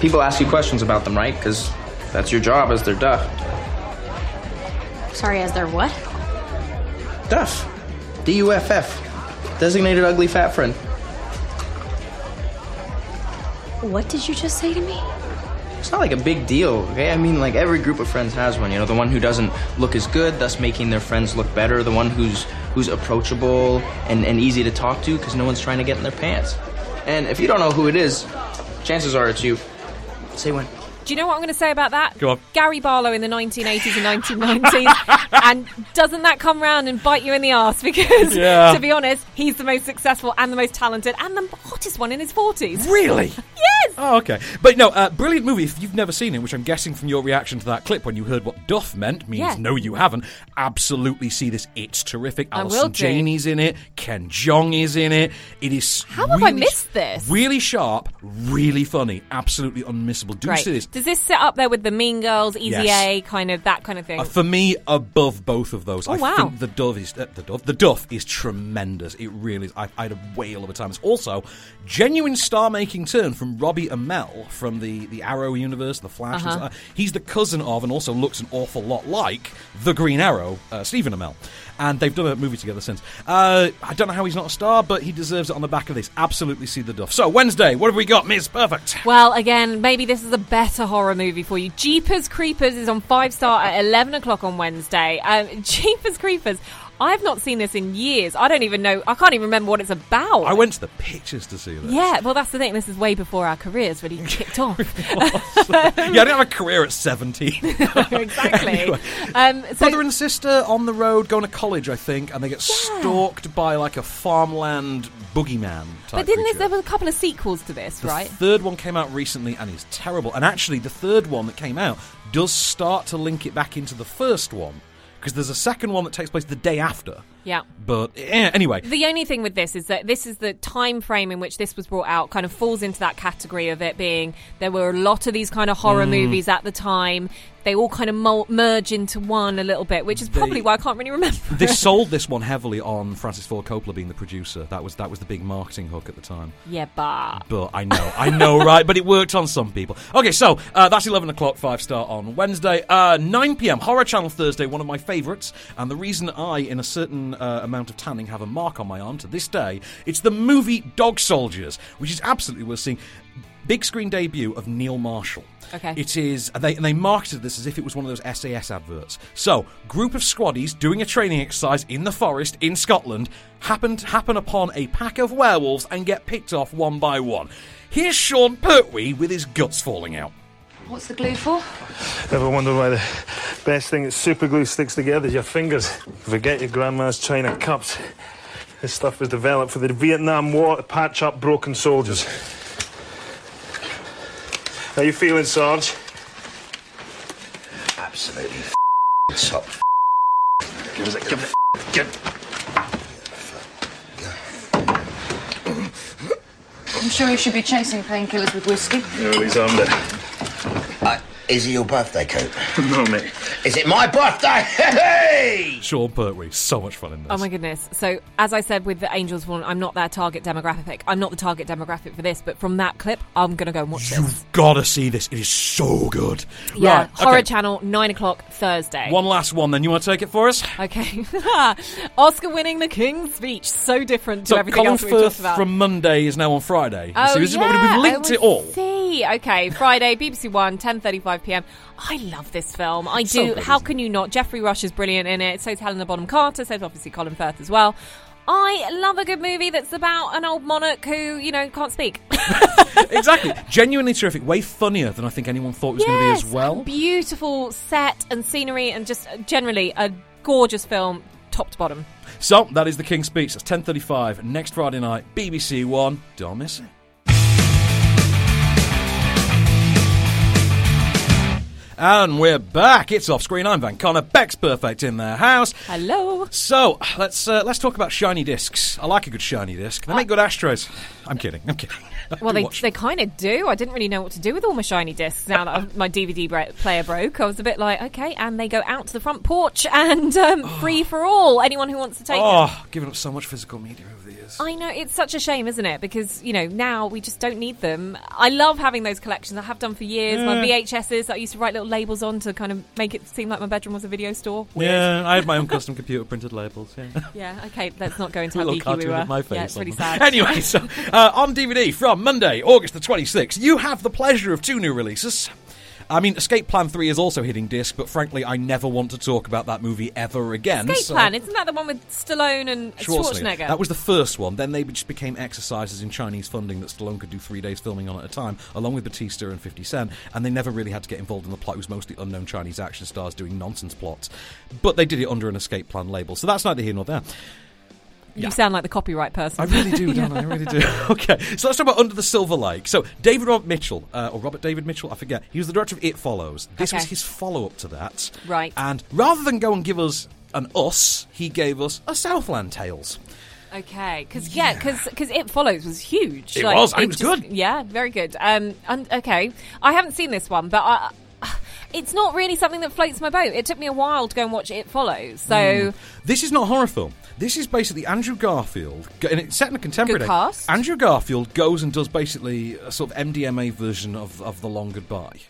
S10: People ask you questions about them, right? Because that's your job as their duff.
S9: Sorry, as their what?
S10: Duff. D U F F. Designated ugly fat friend.
S9: What did you just say to me?
S10: It's not like a big deal, okay? I mean, like every group of friends has one. You know, the one who doesn't look as good, thus making their friends look better. The one who's who's approachable and, and easy to talk to because no one's trying to get in their pants. And if you don't know who it is, chances are it's you. Say when.
S2: Do you know what I'm going to say about that?
S1: Go on.
S2: Gary Barlow in the 1980s and 1990s. and doesn't that come round and bite you in the arse? Because,
S1: Yeah.
S2: to be honest, he's the most successful and the most talented and the hottest one in his 40s.
S1: Really?
S2: Yes!
S1: Oh, okay. But no, uh, brilliant movie. If you've never seen it, which I'm guessing from your reaction to that clip when you heard what Duff meant, means
S2: Yeah.
S1: no, you haven't. Absolutely see this. It's terrific.
S2: I will
S1: Alison
S2: do.
S1: Janey's in it. Ken Jong is in it. It is.
S2: How have
S1: really
S2: I missed this?
S1: Really sharp, really funny, absolutely unmissable. Do
S2: Great.
S1: see this.
S2: Does this sit up there with the Mean Girls, Easy
S1: Yes.
S2: A, kind of that kind of thing?
S1: Uh, for me, above both of those, I
S2: Oh, wow.
S1: think the dove is uh, the dove. The duff is tremendous. It really is. I, I had a whale of a time. It's also genuine star-making turn from Robbie Amell from the the Arrow universe, the Flash. and
S2: Uh-huh.
S1: so- he's the cousin of, and also looks an awful lot like the Green Arrow, uh, Stephen Amell. And they've done a movie together since. Uh, I don't know how he's not a star, but he deserves it on the back of this. Absolutely see the duff. So Wednesday, what have we got, Ms. Perfect?
S2: Well, again, maybe this is a better horror movie for you. Jeepers Creepers is on Five Star at 11 o'clock on Wednesday. Um, Jeepers Creepers, I've not seen this in years. I don't even know, I can't even remember what it's about.
S1: I went to the pictures to see this.
S2: yeah, well, that's the thing. This is way before our careers really kicked off.
S1: yeah, I didn't have a career at seventeen.
S2: exactly.
S1: Anyway.
S2: Um, so,
S1: Brother and sister on the road going to college, I think, and they get stalked by like a farmland boogeyman. Type
S2: but didn't this,
S1: creature.
S2: there were a couple of sequels to this,
S1: the
S2: right?
S1: third one came out recently and is terrible. And actually, the third one that came out does start to link it back into the first one because there's a second one that takes place the day after.
S2: Yeah.
S1: But eh, anyway,
S2: The only thing with this is that this is the time frame in which this was brought out kind of
S1: Mm.
S2: falls into that category of it being there were a lot of these kind of horror movies at the time. they all kind of mul- merge into one a little bit, which is probably why I can't really remember.
S1: they sold this one heavily on Francis Ford Coppola being the producer. That was that was the big marketing hook at the time.
S2: yeah, bah.
S1: But I know, I know, right? But it worked on some people. Okay, so uh, that's 11 o'clock, 5 star on Wednesday. Uh, 9 p.m., Horror Channel Thursday, one of my favourites. And the reason I, in a certain uh, amount of tanning, have a mark on my arm to this day, it's the movie Dog Soldiers, which is absolutely worth seeing. Big screen debut of Neil Marshall.
S2: Okay.
S1: It is, and they, and they marketed this as if it was one of those SAS adverts. So, group of squaddies doing a training exercise in the forest in Scotland happen happen upon a pack of werewolves and get picked off one by one. Here's Sean Pertwee with his guts falling out.
S11: What's the glue for?
S12: Ever wonder why the best thing that super glue sticks together is your fingers? Forget your grandma's china cups. This stuff was developed for the Vietnam War to patch up broken soldiers. How you feeling, Sarge?
S13: Absolutely f***ing top. Give us a give it a give.
S11: I'm sure you should be chasing painkillers with whiskey.
S13: No, he's under. Uh, is it your birthday coat? no, mate. Is it my birthday? Hey!
S1: Sean Pertwee, so much fun in this.
S2: Oh my goodness. So, as I said with the Angels one, I'm not their target demographic. I'm not the target demographic for this, but from that clip, I'm going to go and watch this.
S1: Gotta see this. It is so good.
S2: Yeah,
S1: Right,
S2: Horror
S1: okay.
S2: Channel, 9 o'clock Thursday.
S1: One last one, then. You want to take it for us?
S2: Okay. Oscar winning The King's Speech. So different to
S1: So
S2: everything
S1: Colin
S2: else we've
S1: Firth
S2: talked about.
S1: from Monday is now on Friday. You
S2: Oh,
S1: see, this is what we-
S2: yeah,
S1: we've linked
S2: I
S1: it all.
S2: See, okay, Friday, BBC One, ten thirty-five PM. I love this film. I do.
S1: It's so good,
S2: How can you not? Jeffrey Rush is brilliant in it. So is Helena Bonham Carter. So is obviously Colin Firth as well. I love a good movie that's about an old monarch who, you know, can't speak.
S1: exactly. Genuinely terrific. Way funnier than I think anyone thought it was going to be as well.
S2: Beautiful set and scenery, and just generally a gorgeous film, top to bottom.
S1: So that is the King's Speech. That's 10:35 next Friday night, BBC One. Don't miss it. And we're back. It's off screen. I'm Van Connor. Beck's perfect in their house.
S2: Hello.
S1: So let's uh, let's talk about shiny discs. I like a good shiny disc. They make good ashtrays. I'm kidding. I'm kidding.
S2: Well, they, they kind of do. I didn't really know what to do with all my shiny discs now that I've- my DVD bre- player broke. I was a bit like, okay, and they go out to the front porch and um, free for all. Anyone who wants to take them.
S1: Oh, giving up so much physical media over the years.
S2: I know it's such a shame, isn't it? Because you know now we just don't need them. I love having those collections. I have done for years. My
S1: Yeah.
S2: VHSs that I used to write little labels on to kind of make it seem like my bedroom was a video store.
S1: Yeah, I had my own custom computer printed labels. Yeah.
S2: Yeah. Okay. Let's not go into how
S1: Little
S2: geeky we
S1: cartoon
S2: were.
S1: of my face.
S2: yeah, it's
S1: on
S2: really
S1: them.
S2: sad.
S1: Anyway, so uh, on DVD from Monday, August the 26th, you have the pleasure of two new releases. I mean, Escape Plan 3 is also hitting disc, but frankly, I never want to talk about that movie ever again.
S2: Escape
S1: so-
S2: Plan. Isn't that the one with Stallone and Schwarzenegger?
S1: That was the first one. Then they just became exercises in Chinese funding that Stallone could do three days filming on at a time, along with Batista and 50 Cent, and they never really had to get involved in the plot. It was mostly unknown Chinese action stars doing nonsense plots. But they did it under an Escape Plan label, so that's neither here nor there.
S2: You sound like the copyright person.
S1: I really do, don't I? I really do. Okay, so let's talk about Under the Silver Lake. So David Robert Mitchell, uh, or Robert David Mitchell, I forget. He was the director of It Follows. This was
S2: Okay.
S1: his follow-up to that.
S2: Right.
S1: And rather than go and give us an us, he gave us a Southland Tales.
S2: Okay, because yeah, because it follows was huge.
S1: It was, and it was
S2: good. Yeah, very good. Um, and, okay, I haven't seen this one, but I, it's not really something that floats my boat. It took me a while to go and watch It Follows. So
S1: Mm. this is not a horror film. This is basically Andrew Garfield, go- and it's set in a contemporary.
S2: Good
S1: day.
S2: cast.
S1: Andrew Garfield goes and does basically a sort of MDMA version of, of the Long Goodbye.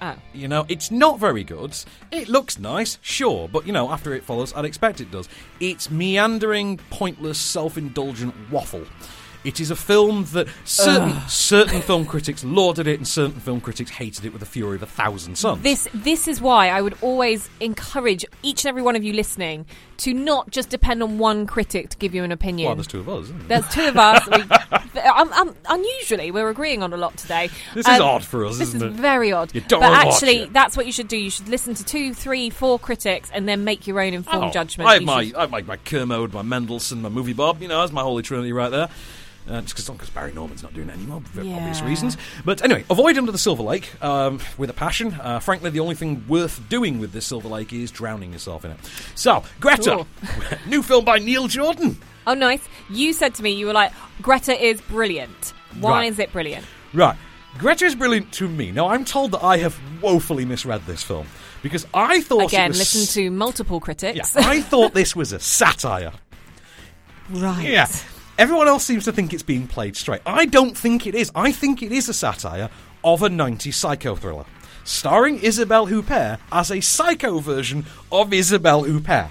S2: Oh.
S1: You know, it's not very good. It looks nice, sure, but you know, after it follows, I'd expect it does. It's meandering, pointless, self-indulgent waffle. It is a film that certain certain film critics lauded it and certain film critics hated it with the fury of a thousand suns.
S2: This this is why I would always encourage each and every one of you listening to not just depend on one critic to give you an opinion.
S1: well, there's two of us. Isn't there?
S2: There's two of us. We, th- um, um, unusually, we're agreeing on a lot today. Um,
S1: This is odd for us,
S2: This
S1: isn't
S2: is
S1: it?
S2: very odd.
S1: You don't
S2: but
S1: wanna watch
S2: actually,
S1: it.
S2: that's what you should do. You should listen to two, three, four critics, and then make your own informed
S1: Oh,
S2: judgment.
S1: I have
S2: You
S1: my,
S2: should-
S1: I have my, my Kermode, my Mendelssohn, my Movie Bob. You know, that's my holy trinity right there. Uh, just because Barry Norman's not doing it anymore, for obvious
S2: Yeah.
S1: reasons. But anyway, avoid Under the Silver Lake um, with a passion. Uh, frankly, the only thing worth doing with this Silver Lake is drowning yourself in it. So, Greta, new film by Neil Jordan.
S2: Oh, nice. You said to me, you were like, Greta is brilliant. Why
S1: Right.
S2: is it brilliant?
S1: Right. Greta is brilliant to me. Now, I'm told that I have woefully misread this film because I thought
S2: Again,
S1: it was
S2: listen to multiple
S1: yeah,
S2: critics.
S1: I thought this was a satire.
S2: right.
S1: Yeah. Everyone else seems to think it's being played straight. I don't think it is. I think it is a satire of a 90s psycho thriller, starring Isabelle Huppert as a psycho version of Isabelle Huppert.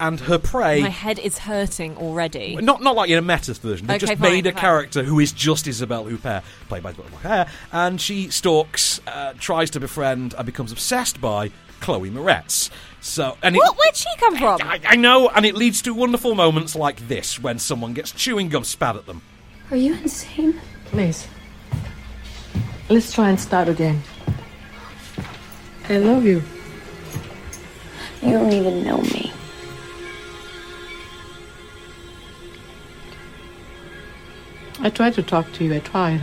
S1: And her prey.
S2: My head is hurting already.
S1: Not not like in a Metis version. They
S2: Okay,
S1: just
S2: fine,
S1: made a
S2: fine.
S1: character who is just Isabelle Huppert, played by Isabelle Huppert, and she stalks, uh, tries to befriend, and becomes obsessed by Chloe Moretz. So, and it-
S2: What? Where'd she come from?
S1: I, I know, and it leads to wonderful moments like this when someone gets chewing gum spat at them.
S14: Are you insane? Please. Let's try and start again. I love you.
S4: You don't even know me.
S14: I tried to talk to you, I tried.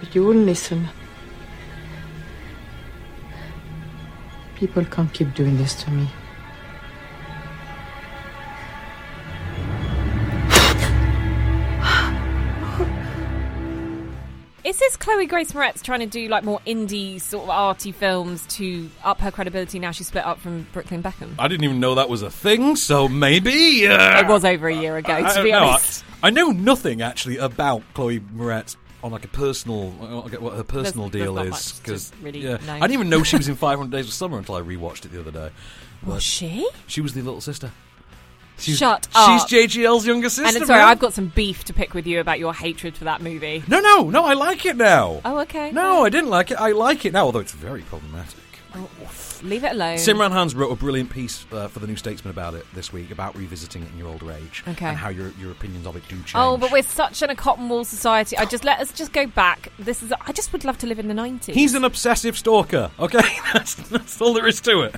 S14: But you wouldn't listen. People can't keep doing this to me.
S2: Is this Chloe Grace Moretz trying to do like more indie sort of arty films to up her credibility now she's split up from Brooklyn Beckham?
S1: I didn't even know that was a thing, so maybe. Uh,
S2: it was over a year ago,
S1: I- I
S2: to
S1: don't
S2: be
S1: know.
S2: honest.
S1: I, I know nothing actually about Chloe Moretz on like a personal, I get what her personal
S2: There's-
S1: deal
S2: there's not
S1: is
S2: much to really
S1: yeah,
S2: know. Oh,
S1: I didn't even know she was in Five Hundred Days of Summer until I rewatched it the other day. But
S2: Was she?
S1: She was the little sister. She's,
S2: Shut
S1: she's
S2: up.
S1: JGL's younger sister.
S2: And I'm sorry,
S1: man.
S2: I've got some beef to pick with you about your hatred for that movie.
S1: No, no, no. I like it now.
S2: Oh, okay.
S1: No, I didn't like it. I like it now, although it's very problematic.
S2: Oh, leave it alone.
S1: Simran Hans wrote a brilliant piece uh, for the New Statesman about it this week, about revisiting it in your older age
S2: Okay.
S1: and how your your opinions of it do change.
S2: Oh, but we're such in a cotton wool society. I just let us just go back. This is. I just would love to live in the nineties.
S1: He's an obsessive stalker. Okay, that's, that's all there is to it.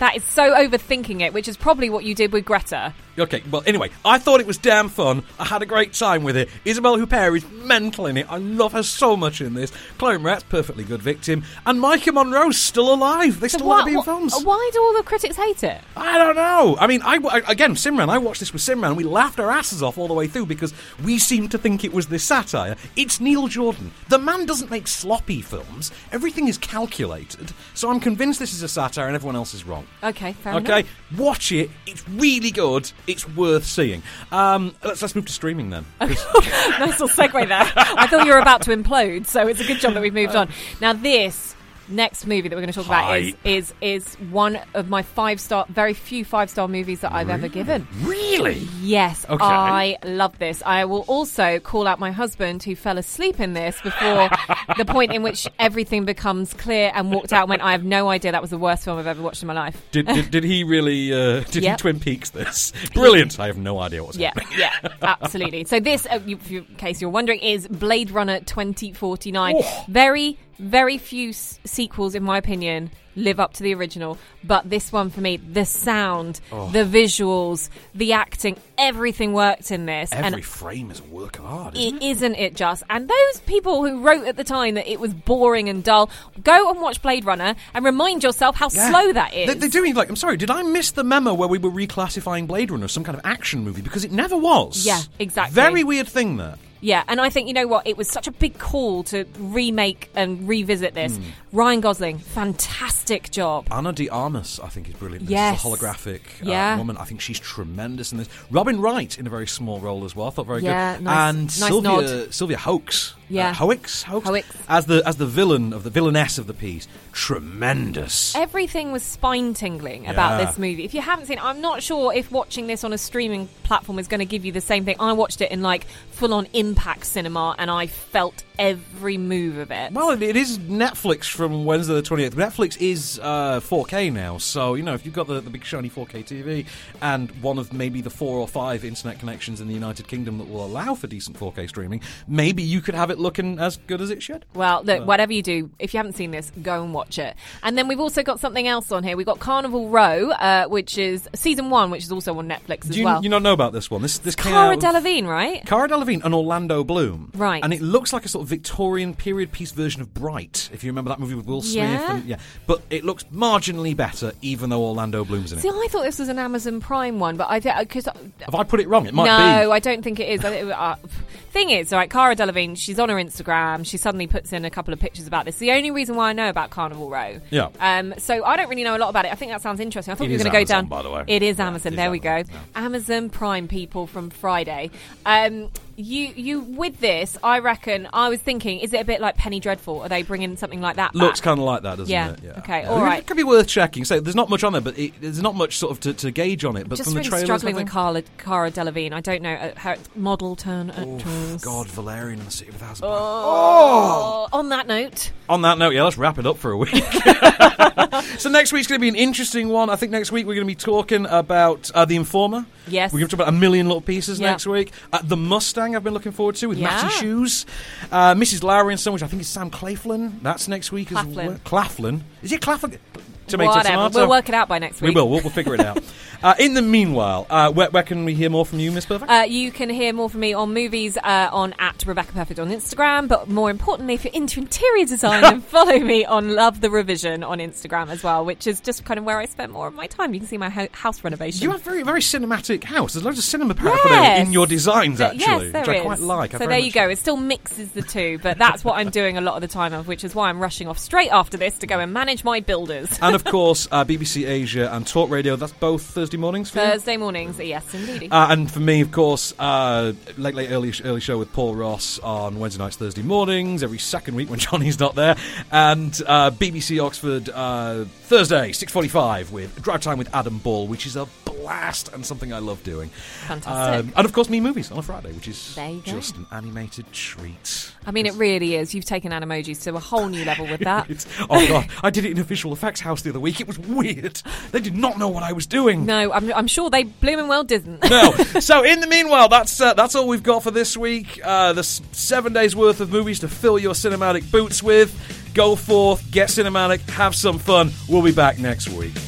S2: That is so overthinking it, which is probably what you did with Greta.
S1: Okay, well, anyway, I thought it was damn fun. I had a great time with it. Isabelle Huppert is mental in it. I love her so much in this. Chloe Moretz, perfectly good victim. And Micah Monroe's still alive. They still want to be in films.
S2: Why do all the critics hate it?
S1: I don't know. I mean, I I- again, Simran. I watched this with Simran. We laughed our asses off all the way through because we seemed to think it was this satire. It's Neil Jordan. The man doesn't make sloppy films. Everything is calculated. So I'm convinced this is a satire, and everyone else is wrong.
S2: Okay, fair
S1: okay,
S2: enough.
S1: watch it. It's really good. It's worth seeing. Um, let's let's move to streaming then.
S2: nice little segue there. I thought you were about to implode, so it's a good job that we've moved on. Now, this next movie that we're going to talk about is
S1: Hype.
S2: is is one of my five star, very few five star movies that I've ever given.
S1: Really?
S2: Yes,
S1: Okay.
S2: I love this. I will also call out my husband who fell asleep in this before the point in which everything becomes clear and walked out and went, I have no idea that was the worst film I've ever watched in my life.
S1: Did, did, did he really? Uh, did
S2: Yep.
S1: he Twin Peaks this? Brilliant. I have no idea what's
S2: Yeah, yeah, absolutely. So this, uh, you, you- in case you're wondering, is Blade Runner 2049.
S1: Oh.
S2: Very, very few s- sequels, in my opinion, live up to the original. But this one for me, the sound,
S1: Oh.
S2: the visuals, the acting, everything worked in this.
S1: Every
S2: and
S1: frame is a work of art. Isn't
S2: it isn't it just? And those people who wrote at the time that it was boring and dull, go and watch Blade Runner and remind yourself how
S1: Yeah.
S2: slow that is.
S1: They, they do. Like, I'm sorry, did I miss the memo where we were reclassifying Blade Runner as some kind of action movie? Because it never was.
S2: Yeah, exactly.
S1: Very weird thing there.
S2: Yeah, and I think you know what? It was such a big call to remake and revisit this.
S1: Mm.
S2: Ryan Gosling, fantastic job.
S1: Anna de Armas, I think, is brilliant. in
S2: Yes.
S1: This is a holographic uh,
S2: Yeah.
S1: woman. I think she's tremendous in this. Robin Wright in a very small role as well. I thought very
S2: Yeah,
S1: good.
S2: nice-
S1: and
S2: nice
S1: Sylvia
S2: nod.
S1: Sylvia Hoax.
S2: Yeah.
S1: Uh, Hoax? Hoax? As the as the villain of the villainess of the piece. Tremendous.
S2: Everything was spine tingling about
S1: Yeah.
S2: this movie. If you haven't seen, I'm not sure if watching this on a streaming platform is going to give you the same thing. I watched it in like full on impact cinema, and I felt every move of it.
S1: Well, it- it is Netflix from Wednesday the 28th. Netflix is uh, 4K now, so, you know, if you've got the, the big shiny 4K TV and one of maybe the four or five internet connections in the United Kingdom that will allow for decent 4K streaming, maybe you could have it looking as good as it should.
S2: Well, look,
S1: Uh,
S2: whatever you do, if you haven't seen this, go and watch it. And then we've also got something else on here. We've got Carnival Row, uh, which is season one, which is also on Netflix as
S1: Do you,
S2: well.
S1: you not know about this one? This this came
S2: Cara
S1: out-
S2: Delevingne, right?
S1: Cara Delevingne and Orlando Bloom.
S2: Right.
S1: And it looks like a sort of Victorian period piece version of Bright, if you remember that movie with Will Smith.
S2: Yeah.
S1: And, yeah. But it looks marginally better, even though Orlando Bloom's in it.
S2: See, I thought this was an Amazon Prime one, but I because
S1: Have I put it wrong? It might
S2: uh, no,
S1: be.
S2: I don't think it is. I think, it- uh, thing is, right, Cara Delevingne, she's on her Instagram. She suddenly puts in a couple of pictures about this. The only reason why I know about Carnival Row.
S1: Yeah.
S2: Um, so I don't really know a lot about it. I think that sounds interesting. I thought
S1: It
S2: we were
S1: is
S2: going to go
S1: Amazon,
S2: down.
S1: by the way.
S2: It is Amazon. there we go. Amazon Prime people from Friday. Um, you you with this? I reckon. I was thinking, is it a bit like Penny Dreadful? Are they bringing something like that?
S1: Looks
S2: back?
S1: kind of like that, doesn't
S2: Ah. Yeah.
S1: it?
S2: Okay,
S1: Yeah.
S2: all right.
S1: It could be worth checking. So there's not much on there, but it, there's not much sort of to, to gauge on it. But
S2: just
S1: from the
S2: really
S1: trailer,
S2: struggling with Cara, Cara Delevingne. I don't know uh, her model turn uh, actress.
S1: Oh, God, Valerian and the City of a Thousand.
S2: Oh. On that note,
S1: On that note, yeah, let's wrap it up for a week. so next week's going to be an interesting one. I think next week we're going to be talking about uh, the Informer.
S2: Yes.
S1: we're going to talk about a million little pieces
S2: Yeah.
S1: next week. Uh, the Mustang I've been looking forward to with Matty
S2: Yeah.
S1: Shoes, uh, Mrs. Lowry and so which I think is Sam Claflin. That's next week as
S2: Claflin.
S1: well. Claflin is it Claflin? Tomato,
S2: whatever.
S1: tomato.
S2: We'll work it out by next
S1: We
S2: week.
S1: will. We'll, we'll figure it out. uh, in the meanwhile, uh, where, where can we hear more from you, Miss Perfect?
S2: Uh, you can hear more from me on movies uh, on at Rebecca Perfect on Instagram, but more importantly, if you're into interior design, then follow me on Love the Revision on Instagram as well, which is just kind of where I spend more of my time. You can see my ho- house renovation.
S1: you have very very cinematic house. There's loads of cinema paraphernalia
S2: Yes.
S1: in your designs, actually,
S2: yes, there
S1: which I
S2: is.
S1: quite like. I
S2: So
S1: very
S2: there
S1: much
S2: you go. It still mixes the two, but that's what I'm doing a lot of the time, of which is why I'm rushing off straight after this to go and manage my builders.
S1: and of course, uh, BBC Asia and Talk Radio. That's both Thursday mornings for you.
S2: Thursday mornings, yes, indeed.
S1: Uh, and for me, of course, uh, late, late, early, early show with Paul Ross on Wednesday nights, Thursday mornings, every second week when Johnny's not there, and uh, BBC Oxford uh, Thursday six forty-five with Drive Time with Adam Ball, which is a blast and something I love doing. Um,
S2: Fantastic.
S1: and of course, me movies on a Friday, which is
S2: There you go.
S1: just an animated treat.
S2: I mean, it really is. You've taken animojis to a whole new level with that.
S1: It's- oh god, I did it in a visual effects house the other week. It was weird. They did not know what I was doing.
S2: No, I'm, I'm sure they blooming well didn't.
S1: no. So in the meanwhile, that's uh, that's all we've got for this week. Uh, the s- seven days worth of movies to fill your cinematic boots with. Go forth, get cinematic, have some fun. We'll be back next week.